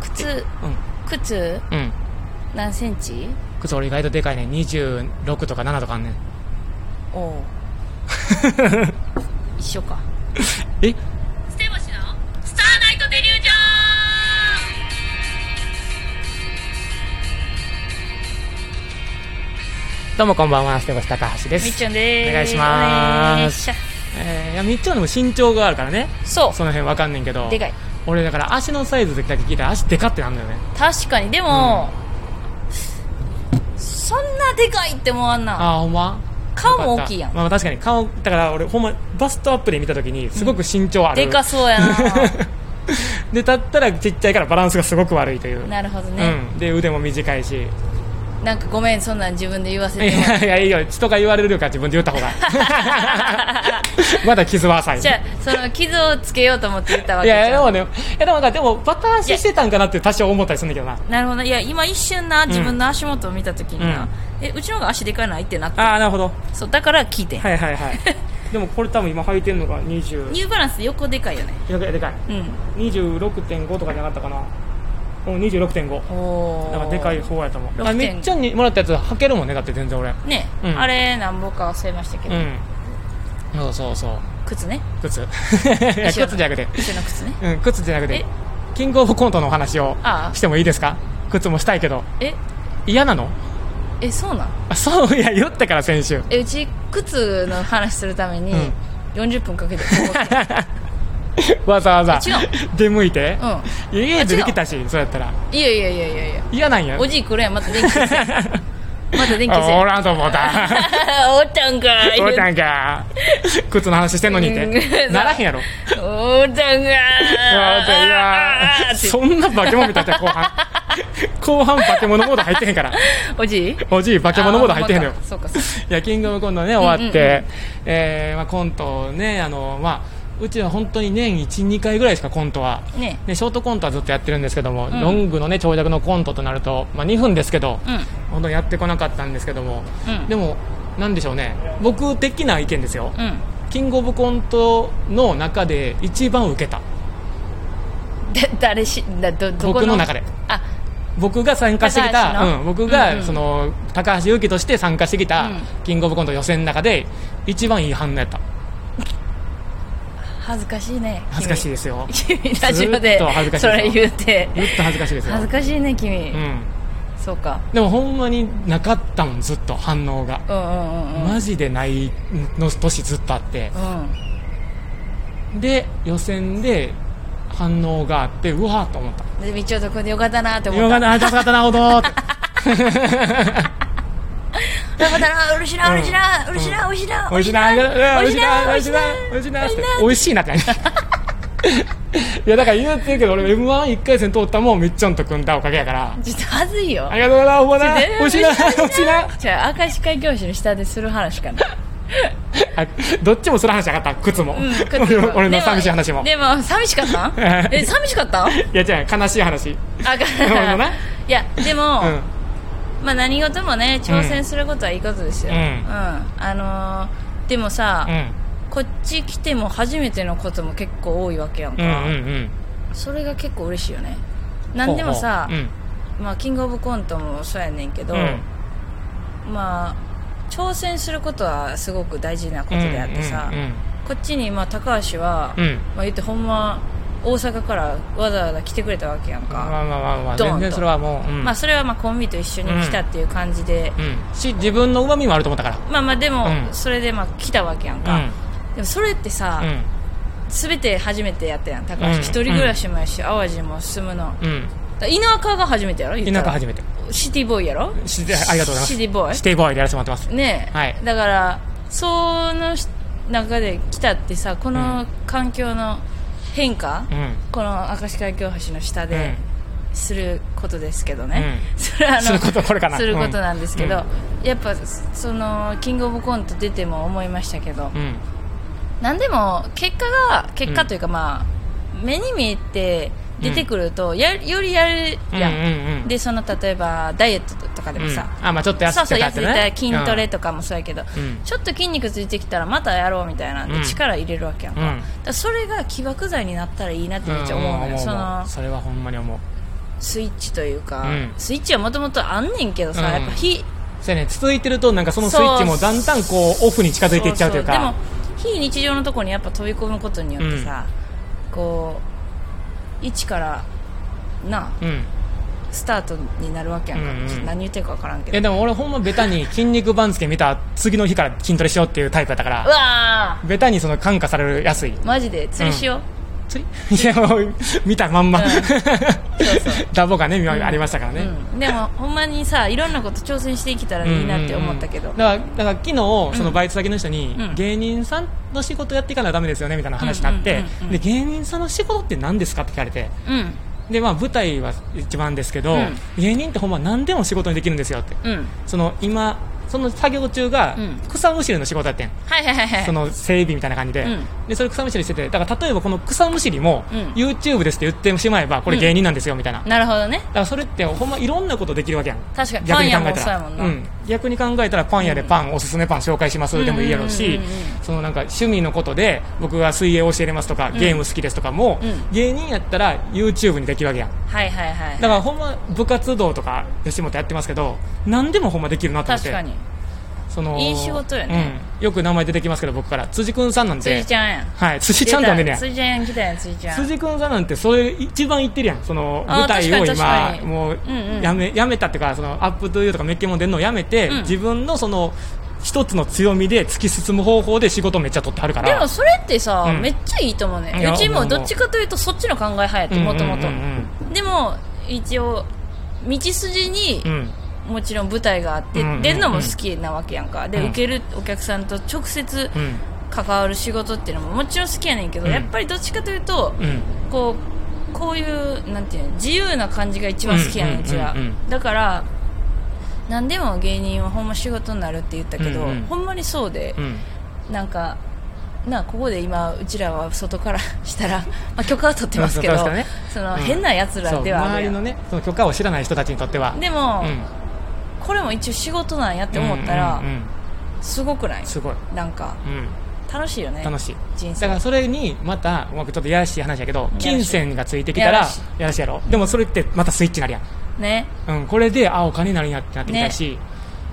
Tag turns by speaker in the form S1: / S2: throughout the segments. S1: 靴靴
S2: うんうん
S1: 何センチ
S2: 靴俺意外とでかいね26とか7とかあんねん
S1: おお 一緒か
S2: え
S3: ステボシのスターナイトデリュージョン
S2: どうもこんばんはステゴス高橋で
S1: みっ
S2: す
S1: ちゃんでーす
S2: お願いしまーす
S1: お願いしゃ
S2: えーいやみっちゃんでも身長があるからね
S1: そう
S2: その辺わかんねんけど
S1: でかい
S2: 俺だから足のサイズだけ聞いたら足でかってなんだよね
S1: 確かにでも、そんなでかいって思わんな
S2: ああほんま
S1: 顔も大きいやん
S2: よかったまあ、確かに顔だから俺ほんまバストアップで見た時にすごく身長ある、
S1: でかそうや な
S2: で立ったらちっちゃいからバランスがすごく悪いという
S1: なるほどね、
S2: うん、で腕も短いし
S1: なんかごめんそんなん自分で言わせ
S2: い
S1: てもらって
S2: やいやいいよ人が言われるよりか自分で言った方が まだ傷は浅い
S1: じゃあその傷をつけようと思って言ったわ
S2: い
S1: けじ
S2: やいやで
S1: ゃ
S2: も
S1: ん
S2: ねいやでもなんかでもバタ足してたんかなって多少思ったりするんだけどな
S1: なるほどいや今一瞬な自分の足元を見た時にな、えうちの方が足でかないってなった
S2: ああなるほど
S1: そうだから聞いてん、
S2: はいはいはい でもこれ多分今履いてるのが20
S1: ニューバランス横でかいよね
S2: いやでかい
S1: うん
S2: 26.5とかじゃなかったかなうん26.5
S1: おお
S2: なんかでかい方やと思う
S1: 6.5
S2: あみっちゃんにもらったやつ履けるもんねだって全然俺
S1: ね、
S2: うん
S1: あれなんぼか忘れましたけ
S2: う
S1: ど、
S2: んそうそうそう
S1: 靴ね
S2: 靴いや靴じゃなくて
S1: 一緒の靴ね
S2: うん、靴じゃなく
S1: え
S2: て、キングオブコントのお話を
S1: ああ
S2: してもいいですか靴もしたいけど、
S1: え
S2: 嫌なの
S1: えそうなん
S2: あそう、いや、言ったから先週。
S1: えうち靴の話するために
S2: ん
S1: 40分か けてここ来て
S2: わざわざ
S1: 違
S2: 出向いて、
S1: う
S2: いや家で
S1: あ違う
S2: できたしそうやったら
S1: いやいやいやいやいや
S2: 嫌なんや
S1: おじい来るやんまた電気消 せまた電気消せ
S2: あおらんと思った
S1: おったんかい
S2: おったんか靴の話してんのにっ
S1: う
S2: て
S1: ん
S2: ならへんやろ
S1: おったんか
S2: わざいや
S1: ー
S2: そんな化け物みたいな後半後半化け物モード入ってへんから
S1: おじい
S2: おじい化け物モード入ってへんのよ
S1: あーそうかそうか
S2: いやキングオブコントね終わって、えーまあ、コントをねあの、まあ、うちは本当に年12回ぐらいしかコントは、
S1: ね
S2: ね、ショートコントはずっとやってるんですけども、ロングの、ね、長尺のコントとなると、まあ、2分ですけど、
S1: う
S2: 本当にやってこなかったんですけども、
S1: うん
S2: でも、なんでしょうね僕的な意見ですよ、
S1: んうん
S2: キングオブコントの中で一番受けた
S1: だ 誰しだどどこ
S2: 僕の中で
S1: あ
S2: 僕が参加してき
S1: 高橋の
S2: た、うん、僕
S1: うんう
S2: が
S1: ん
S2: その、高橋優希として参加してきた、
S1: うん
S2: キングオブコント予選の中で一番いい反応やった
S1: 恥ずかしいね
S2: 恥ずかしい
S1: い
S2: ですよ
S1: 君ラジオ
S2: ずっ
S1: で
S2: と恥ずかしい
S1: それ言うて
S2: ずっと恥ずかしいですよ
S1: 恥ずかしいね君、
S2: うん、
S1: そうか
S2: でもほんまになかったもんずっと反応が、
S1: うんうんうんうん
S2: マジでないの年ずっとあって
S1: うん
S2: で予選で反応があってうわーっと思った
S1: でみっちょとこでよかったなって
S2: 「
S1: 思
S2: よ
S1: っ
S2: か
S1: た
S2: ったな助かったなほど」って
S1: よかったな嬉しいな嬉しいな嬉しいな嬉しいな
S2: おいしいな
S1: 美
S2: おい
S1: 味しい
S2: しい
S1: な
S2: な
S1: 美
S2: おい
S1: 味
S2: し
S1: しい
S2: い
S1: な
S2: なおいしいなおいしいなって 感じいやだから言うてるけど俺 m 1 1回戦通ったもんみっちょんと組んだおかげやから
S1: ちょっと恥ずいよ
S2: ありがとうございますほら
S1: ちょっと
S2: おいしいなおいしいな
S1: じゃあ明石海峡市の下でする話かな、
S2: あどっちもする話なかった靴も、
S1: うん、
S2: 俺の俺の寂しい話も
S1: でもでも寂しかったん え寂しかったんあ
S2: いや違う悲しい話
S1: か
S2: ほどない
S1: やでも、
S2: うん
S1: まあ何事もね挑戦することはいいことですよ、
S2: うん
S1: あのーでもさ、
S2: うん
S1: こっち来ても初めてのことも結構多いわけやん
S2: う
S1: か、
S2: んうんうん
S1: それが結構嬉しいよね何でもさ、
S2: ほうほう
S1: まあ、キングオブコントもそうやねんけど、
S2: うんうん
S1: まあ挑戦することはすごく大事なことであってさ、
S2: うんうん
S1: こっちにまあ高橋は、
S2: う
S1: ま
S2: ん
S1: あ、言ってほんま大阪からわざわざ来てくれたわけやん
S2: まあ
S1: か、
S2: まあまあまあ
S1: ドーンと
S2: 全然それはもう、うん
S1: まあ、それはまあコンビと一緒に来たっていう感じで、
S2: うん、し自分のうまみもあると思ったから
S1: まあまあでも
S2: うん
S1: それでまあ来たわけやんか、でもそれってさ、
S2: うん
S1: 全て初めてやったやん高
S2: うん
S1: 橋一、人暮らしもやし淡路も住むのだか
S2: うん
S1: ら田舎が初めてやろ
S2: うん田舎初
S1: め
S2: めて
S1: シティボーイやろ
S2: しありがとうございます
S1: シティボーイ
S2: シティボーイでやらせてもらってます
S1: ねえ、
S2: はい
S1: だからその中で来たってさこの環境の変化、
S2: うん
S1: この明石海峡橋の下で、することですけどね、
S2: う
S1: それはあの
S2: すること これかな
S1: することなんですけど、やっぱそのキングオブコント出ても思いましたけど、
S2: うん
S1: なんでも結果が結果というか、まあ目に見えて出てくると、やよりやるやん、
S2: うんうんうん
S1: でその例えばダイエットとかで
S2: う
S1: も
S2: ん
S1: さ、
S2: あまあちょっと痩
S1: そうそ
S2: せ
S1: う
S2: て
S1: 痩
S2: たっ
S1: せ
S2: て
S1: た
S2: ね
S1: 筋トレとかもそうやけど、
S2: うん
S1: ちょっと筋肉ついてきたらまたやろうみたいなんで、
S2: うん
S1: 力入れるわけやんか,、
S2: うん
S1: それが起爆剤になったらいいなって
S2: うん
S1: めっちゃ思うのよ、
S2: ん
S1: そ
S2: 思う
S1: の
S2: それはほんまに思う
S1: スイッチというか、
S2: うん
S1: スイッチはもともとあんねんけどさ、
S2: うん
S1: やっぱ非
S2: そうやね続いてるとなんかそのスイッチもだんだんこうオフに近づいていっちゃうというか
S1: そうそうでも非日常のところにやっぱ飛び込むことによってさ、こう一からな
S2: うん
S1: スタートになるわけやんか、
S2: うんうん
S1: ちょっと何言ってるか分からんけ
S2: いや
S1: ど
S2: でも俺ほんまベタに筋肉番付見た次の日から筋トレしようっていうタイプだったか
S1: う
S2: ら
S1: わ
S2: ベタにその感化される安い
S1: ーマジで釣りしよう、
S2: 釣りいやもう見たまんま、
S1: うんそうそう
S2: ダボがね今ありましたからね、
S1: うん、でもほんまにさいろんなこと挑戦していけたらいいなって思ったけど、
S2: うんうんうんだからだから昨日そのバイト先の人に、
S1: うん
S2: 芸人さんの仕事やっていかなダメですよねみたいな話になって、
S1: うんうんうんうん
S2: で芸人さんの仕事って何ですかって聞かれて
S1: うん
S2: で、まあ、舞台は一番ですけど、
S1: うん
S2: 芸人ってほんま何でも仕事にできるんですよって
S1: うん
S2: その今その作業中が
S1: うん
S2: 草むしりの仕事やってん、
S1: はいはいはいはい
S2: その整備みたいな感じで,、
S1: うん
S2: でそれ草むしりしててだから例えばこの草むしりも、
S1: うん
S2: YouTube ですって言ってしまえばこれ芸人なんですよみたいな、
S1: なるほどね
S2: だからそれってほんまいろんなことできるわけやん
S1: 確かに
S2: 逆に考
S1: パン屋
S2: え
S1: も
S2: た
S1: そうや
S2: ら
S1: もんな
S2: うん逆に考えたらパン屋でパン、おすすめパン紹介しますでもいいやろうし、
S1: うんうんうんうん
S2: そのなんか趣味のことで僕は水泳を教えれますとか、ゲーム好きですとかも、
S1: うん
S2: 芸人やったら YouTube にできるわけやん
S1: はいはいはい
S2: だからほんま部活動とか吉本やってますけど何でもほんまできるなと思って
S1: 確かに
S2: その
S1: いい仕事やね、
S2: うんよく名前出てきますけど僕から辻君さんなんて
S1: 辻ちゃんやん
S2: はい、辻ちゃんだねね
S1: 出た辻ちゃん来たやん辻ちゃん
S2: 辻君さんなんてそれ一番言ってるやんその
S1: あー
S2: 舞台
S1: 確か
S2: を
S1: に確
S2: 今
S1: かに
S2: もう
S1: うんうん
S2: やめ,、やめたっていうかそのアップトゥーユーとかメッケモン出るのをやめて、
S1: うん
S2: 自分のその一つの強みで突き進む方法で仕事めっちゃ取ってはるから
S1: でもそれってさ、
S2: うん
S1: めっちゃいいと思うね
S2: いや
S1: うち
S2: 思う
S1: も
S2: 思う
S1: どっちかというとそっちの考え派やってもともと
S2: うんうん
S1: でも一応道筋に
S2: うんうんうん
S1: もちろん舞台があって、
S2: うんうんうん
S1: 出るのも好きなわけやんかで、
S2: うん
S1: 受けるお客さんと直接
S2: うん
S1: 関わる仕事っていうのももちろん好きやねんけど、
S2: うん
S1: やっぱりどっちかというと、
S2: うん
S1: こうこういうなんていうの自由な感じが一番好きやね
S2: うん
S1: んうちは、
S2: うんうんう
S1: だから何でも芸人はほんま仕事になるって言ったけど、
S2: うんうん
S1: ほんまにそうで
S2: う、ん
S1: なんかなあここで今うちらは外からしたら、ま あ、許可は取ってますけど
S2: そうそう確かにね
S1: その、
S2: うん
S1: 変なやつ
S2: そ
S1: ら
S2: う
S1: ではあ
S2: 周
S1: る
S2: り
S1: やん
S2: のねその許可を知らない人たちにとっては
S1: でも、
S2: うん
S1: これも一応仕事なんやって思ったら、
S2: うんうんうん
S1: すごくない
S2: すごい、
S1: なんか
S2: うん、
S1: 楽しいよね
S2: 楽しい
S1: 人生
S2: だからそれにまたまあちょっとやらしい話やけど
S1: やらしい
S2: 金銭がついてきた
S1: や
S2: らや
S1: ら
S2: ら
S1: し
S2: しいやろでもそれってまたスイッチになるやん
S1: ね
S2: うん、これであお金になるんやってなってきたし、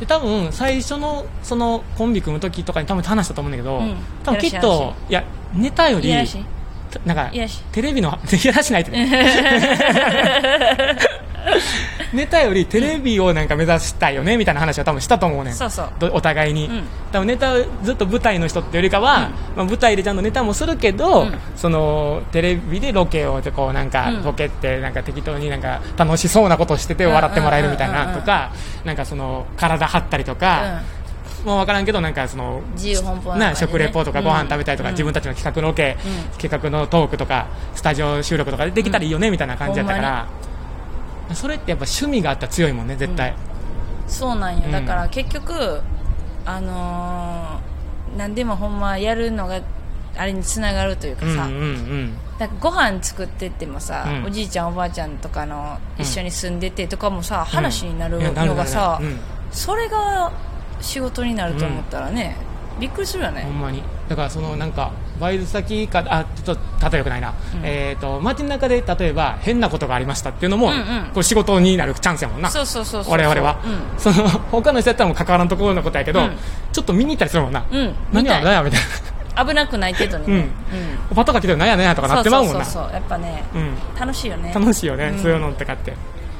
S2: で多分最初のそのコンビ組む時とかに多分話したと思うんだけど、
S1: うん
S2: 多分きっ
S1: やらしい
S2: といやネタよ
S1: い
S2: り
S1: やらしい
S2: なんか
S1: いやらしい
S2: テレビの いやらしないっ てねネタよりテレビをなんか目指したいよねみたいな話は多分したと思うねん
S1: そうそう
S2: どお互いに、
S1: うん
S2: 多分ネタをずっと舞台の人ってよりかは、まあ、舞台でちゃんとネタもするけど、
S1: うん
S2: そのテレビでロケをこうなんか、
S1: うん
S2: ロケってなんか適当になんか楽しそうなことしてて笑ってもらえるみたい
S1: うんうんうん
S2: な
S1: うん
S2: とか、なんかその体張ったりとか、もう分からんけどなんかその
S1: 自由奔放な感じね
S2: な食レポとかご飯食べたりとか、
S1: うん
S2: 自分たちの企画ロケ、
S1: う
S2: 企画のトークとかスタジオ収録とかできたらいいよね、みたいな感じだったから、それってやっぱ趣味があったら強いもんね絶対、
S1: そうなんよ
S2: うん
S1: だから結局あのー何でもほんまやるのがあれにつながるというか
S2: うん、うん
S1: さ、
S2: うん
S1: なんかご飯作ってってもさ、
S2: うん
S1: おじいちゃんおばあちゃんとかの一緒に住んでてとかもさ、話になる
S2: いやな
S1: のがさ、
S2: なるなるうん
S1: それが仕事になると思ったらね、びっくりするよね
S2: ほんまにだからそのなんかバイト先かあちょっと例えよくないな、
S1: うん
S2: えっ、と街の中で例えば変なことがありましたっていうの
S1: う
S2: も、
S1: んうん
S2: これ仕事になるチャンスやもんな
S1: そうそうそうそう
S2: 我々は、その他の人やったらもう関わらんところのことやけど、
S1: うん
S2: ちょっと見に行ったりするもんな、
S1: うん、うん、
S2: 何や
S1: みたい
S2: 何やみたい
S1: 危なくない程度に
S2: な、う
S1: ね
S2: ん、パトカー来てる何や何やとかなってまうもん
S1: そう
S2: な
S1: そうそうそうやっぱね
S2: うん
S1: 楽しいよね
S2: 楽しいよね、
S1: うん
S2: そういうのとかって、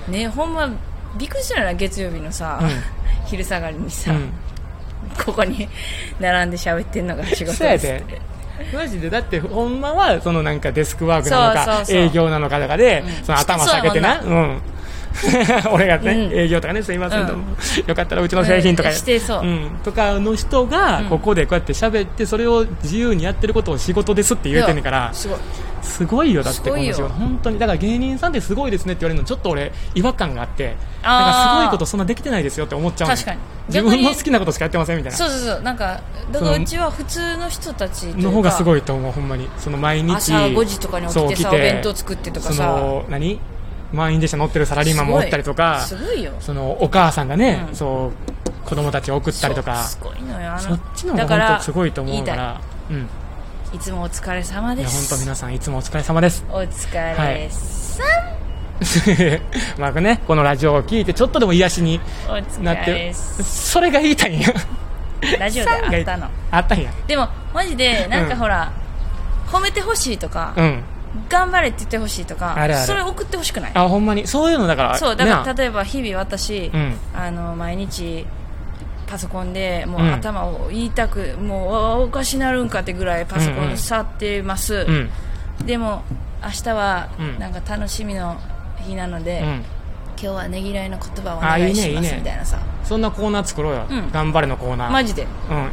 S1: ねほんまびっくりしたよな月曜日のさ、
S2: う
S1: 昼下がりに
S2: う
S1: さ、
S2: ん、
S1: ここに並んで喋ってんのが仕事
S2: そうや
S1: です
S2: で
S1: って
S2: マジでだってほんまはそのなんかデスクワークなのか
S1: そうそうそう
S2: 営業なのかとかで、
S1: うん
S2: その頭下げてな、うん 俺がね、
S1: うん
S2: 営業とかねすいませんと、
S1: うん
S2: よかったらうちの製品とか、
S1: うんしてそうん
S2: とかの人
S1: うん
S2: がここでこうやって喋ってそれを自由にやってることを仕事ですって言えてんねんから
S1: すごい
S2: すごいよだって
S1: すごいよ
S2: この仕事本当にだから芸人さんってすごいですねって言われるのちょっと俺違和感があって
S1: あー
S2: なんかすごいことそんなできてないですよって思っちゃうの
S1: 確かに
S2: 自
S1: 逆に
S2: 分の好きなことしかやってませんみたいな
S1: そうそうそうなんかだからうちは普通の人たちというか
S2: の方がすごいと思うほんまにその毎日
S1: 朝5時とかに起きてさ
S2: そう
S1: お弁当作ってとかさ
S2: その何満員電車乗ってるサラリーマンもおったりとか
S1: すごいよ
S2: そのお母さんがね、
S1: うん
S2: そう子供たちを送ったりとか
S1: そうすごいのよあの
S2: そっちの方
S1: だか
S2: が本
S1: ら
S2: 当すごいと思うからうん
S1: 言いたいいつもお疲れ様
S2: い
S1: で
S2: や本
S1: す
S2: 当皆さんいつもお疲れ様です
S1: お疲れさん、
S2: まあね、このラジオを聞いてちょっとでも癒しに
S1: お疲
S2: なっ
S1: れ
S2: て
S1: です
S2: それが言いたいんや
S1: ラジオであったの
S2: あったんや
S1: でもマジでなん
S2: う
S1: か
S2: ん
S1: ほら、褒めてほしいとか、
S2: うん
S1: 頑張れって言ってほしいとか
S2: あるある
S1: それ送ってほしくない
S2: あほんまにそういうのだから
S1: そうだか
S2: な
S1: ら例えば日々私、
S2: うん
S1: あの毎日パソコンでもう
S2: うん
S1: 頭を言いたく、もうあおかしなるんかってぐらいパソコン触ってます、
S2: うん
S1: でも明日は
S2: うん
S1: なんか楽しみの日なので、
S2: うん
S1: 今日はねぎらいの言葉をお
S2: あ
S1: 願
S2: い
S1: い
S2: いね
S1: します
S2: いいね
S1: みたいなさ
S2: そんなコーナー作ろうよ、
S1: うん
S2: 頑張れのコーナー
S1: マジで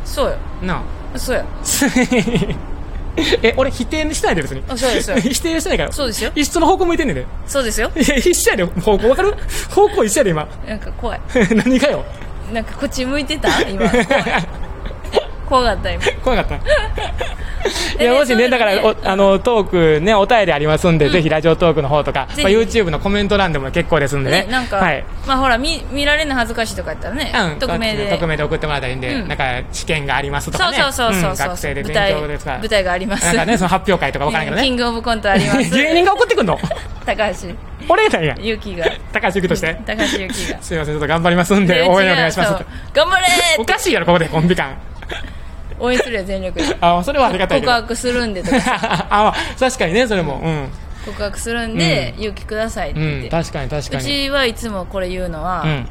S1: そうよ
S2: うんなあ
S1: そうよ
S2: え俺否定してないで別に
S1: あそうですそうです
S2: 否定してないから
S1: そうですよ
S2: 一緒の方向向いてんねんで
S1: そうですよ
S2: いや一緒やで方向わかる方向一緒やで今
S1: なんか怖い
S2: 何かよ
S1: なんかこっち向いてた今 怖い怖かった今
S2: 怖かったいや
S1: え
S2: もし
S1: そうい
S2: ね
S1: うの
S2: だから
S1: ね
S2: おあのトークねお便りありますんで、ぜひラジオトークの方とか、
S1: ぜひ
S2: まあ、YouTube のコメント欄でも結構ですんでね
S1: ね、なんか、
S2: はい
S1: まあほら見見られるの恥ずかしいとか言ったらね、
S2: うん
S1: 匿名で
S2: 匿名で送ってもらったらいいんで、
S1: うん
S2: なんか試験がありますと
S1: そ
S2: か
S1: う
S2: ね
S1: そうそうそう、
S2: ん
S1: そう
S2: 学生で
S1: 舞
S2: 勉
S1: 台
S2: 強ですから
S1: 舞台があります
S2: なんかねその発表会とかわからんけど
S1: キン
S2: ね
S1: グオブコントあります
S2: 芸人が送って くんの
S1: 高橋
S2: 俺なんや
S1: ゆきが
S2: 高橋ゆきとして、
S1: 高橋ゆきが
S2: すいませんちょっと頑張りますんで
S1: で
S2: 応援
S1: 違
S2: お
S1: う
S2: 願いしま
S1: そ
S2: す
S1: う頑張れー
S2: お
S1: って
S2: かしいやろここでコンビ感
S1: 応援するよ全力で
S2: あそれはありがたいけ
S1: 告
S2: ど
S1: 白するんでとか
S2: あ確かにねそれもうん
S1: 告白するんで、勇気くださいって
S2: う
S1: 言
S2: ん、
S1: って、
S2: 確かに確
S1: う
S2: かに。
S1: ちはいつもこれ言うのは、
S2: うん、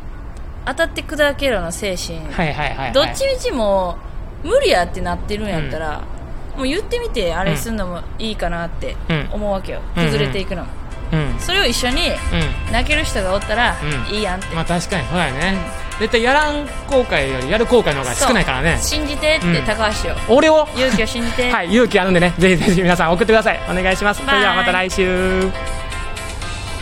S1: 当たって砕けろの精神、
S2: はいはいはい、はい。
S1: どっちみちも無理やってなってるんやったら、もう言ってみてあれすんのもいいかなって
S2: うん
S1: 思うわけよ、
S2: うん
S1: 崩れていくのも、
S2: うん。うん。
S1: それを一緒に泣ける人がおったら、
S2: うん
S1: いいやんって、
S2: まあ確かに、そうだよね。絶対やらん後悔よりやる後悔の方が
S1: そう
S2: 少ないからね。
S1: 信じてっ
S2: う
S1: て
S2: ん
S1: 高橋を、
S2: 俺を、
S1: 勇気を信じて、
S2: はい、勇気あるんでね、ぜひぜひ皆さん送ってください。お願いします。それではまた来週。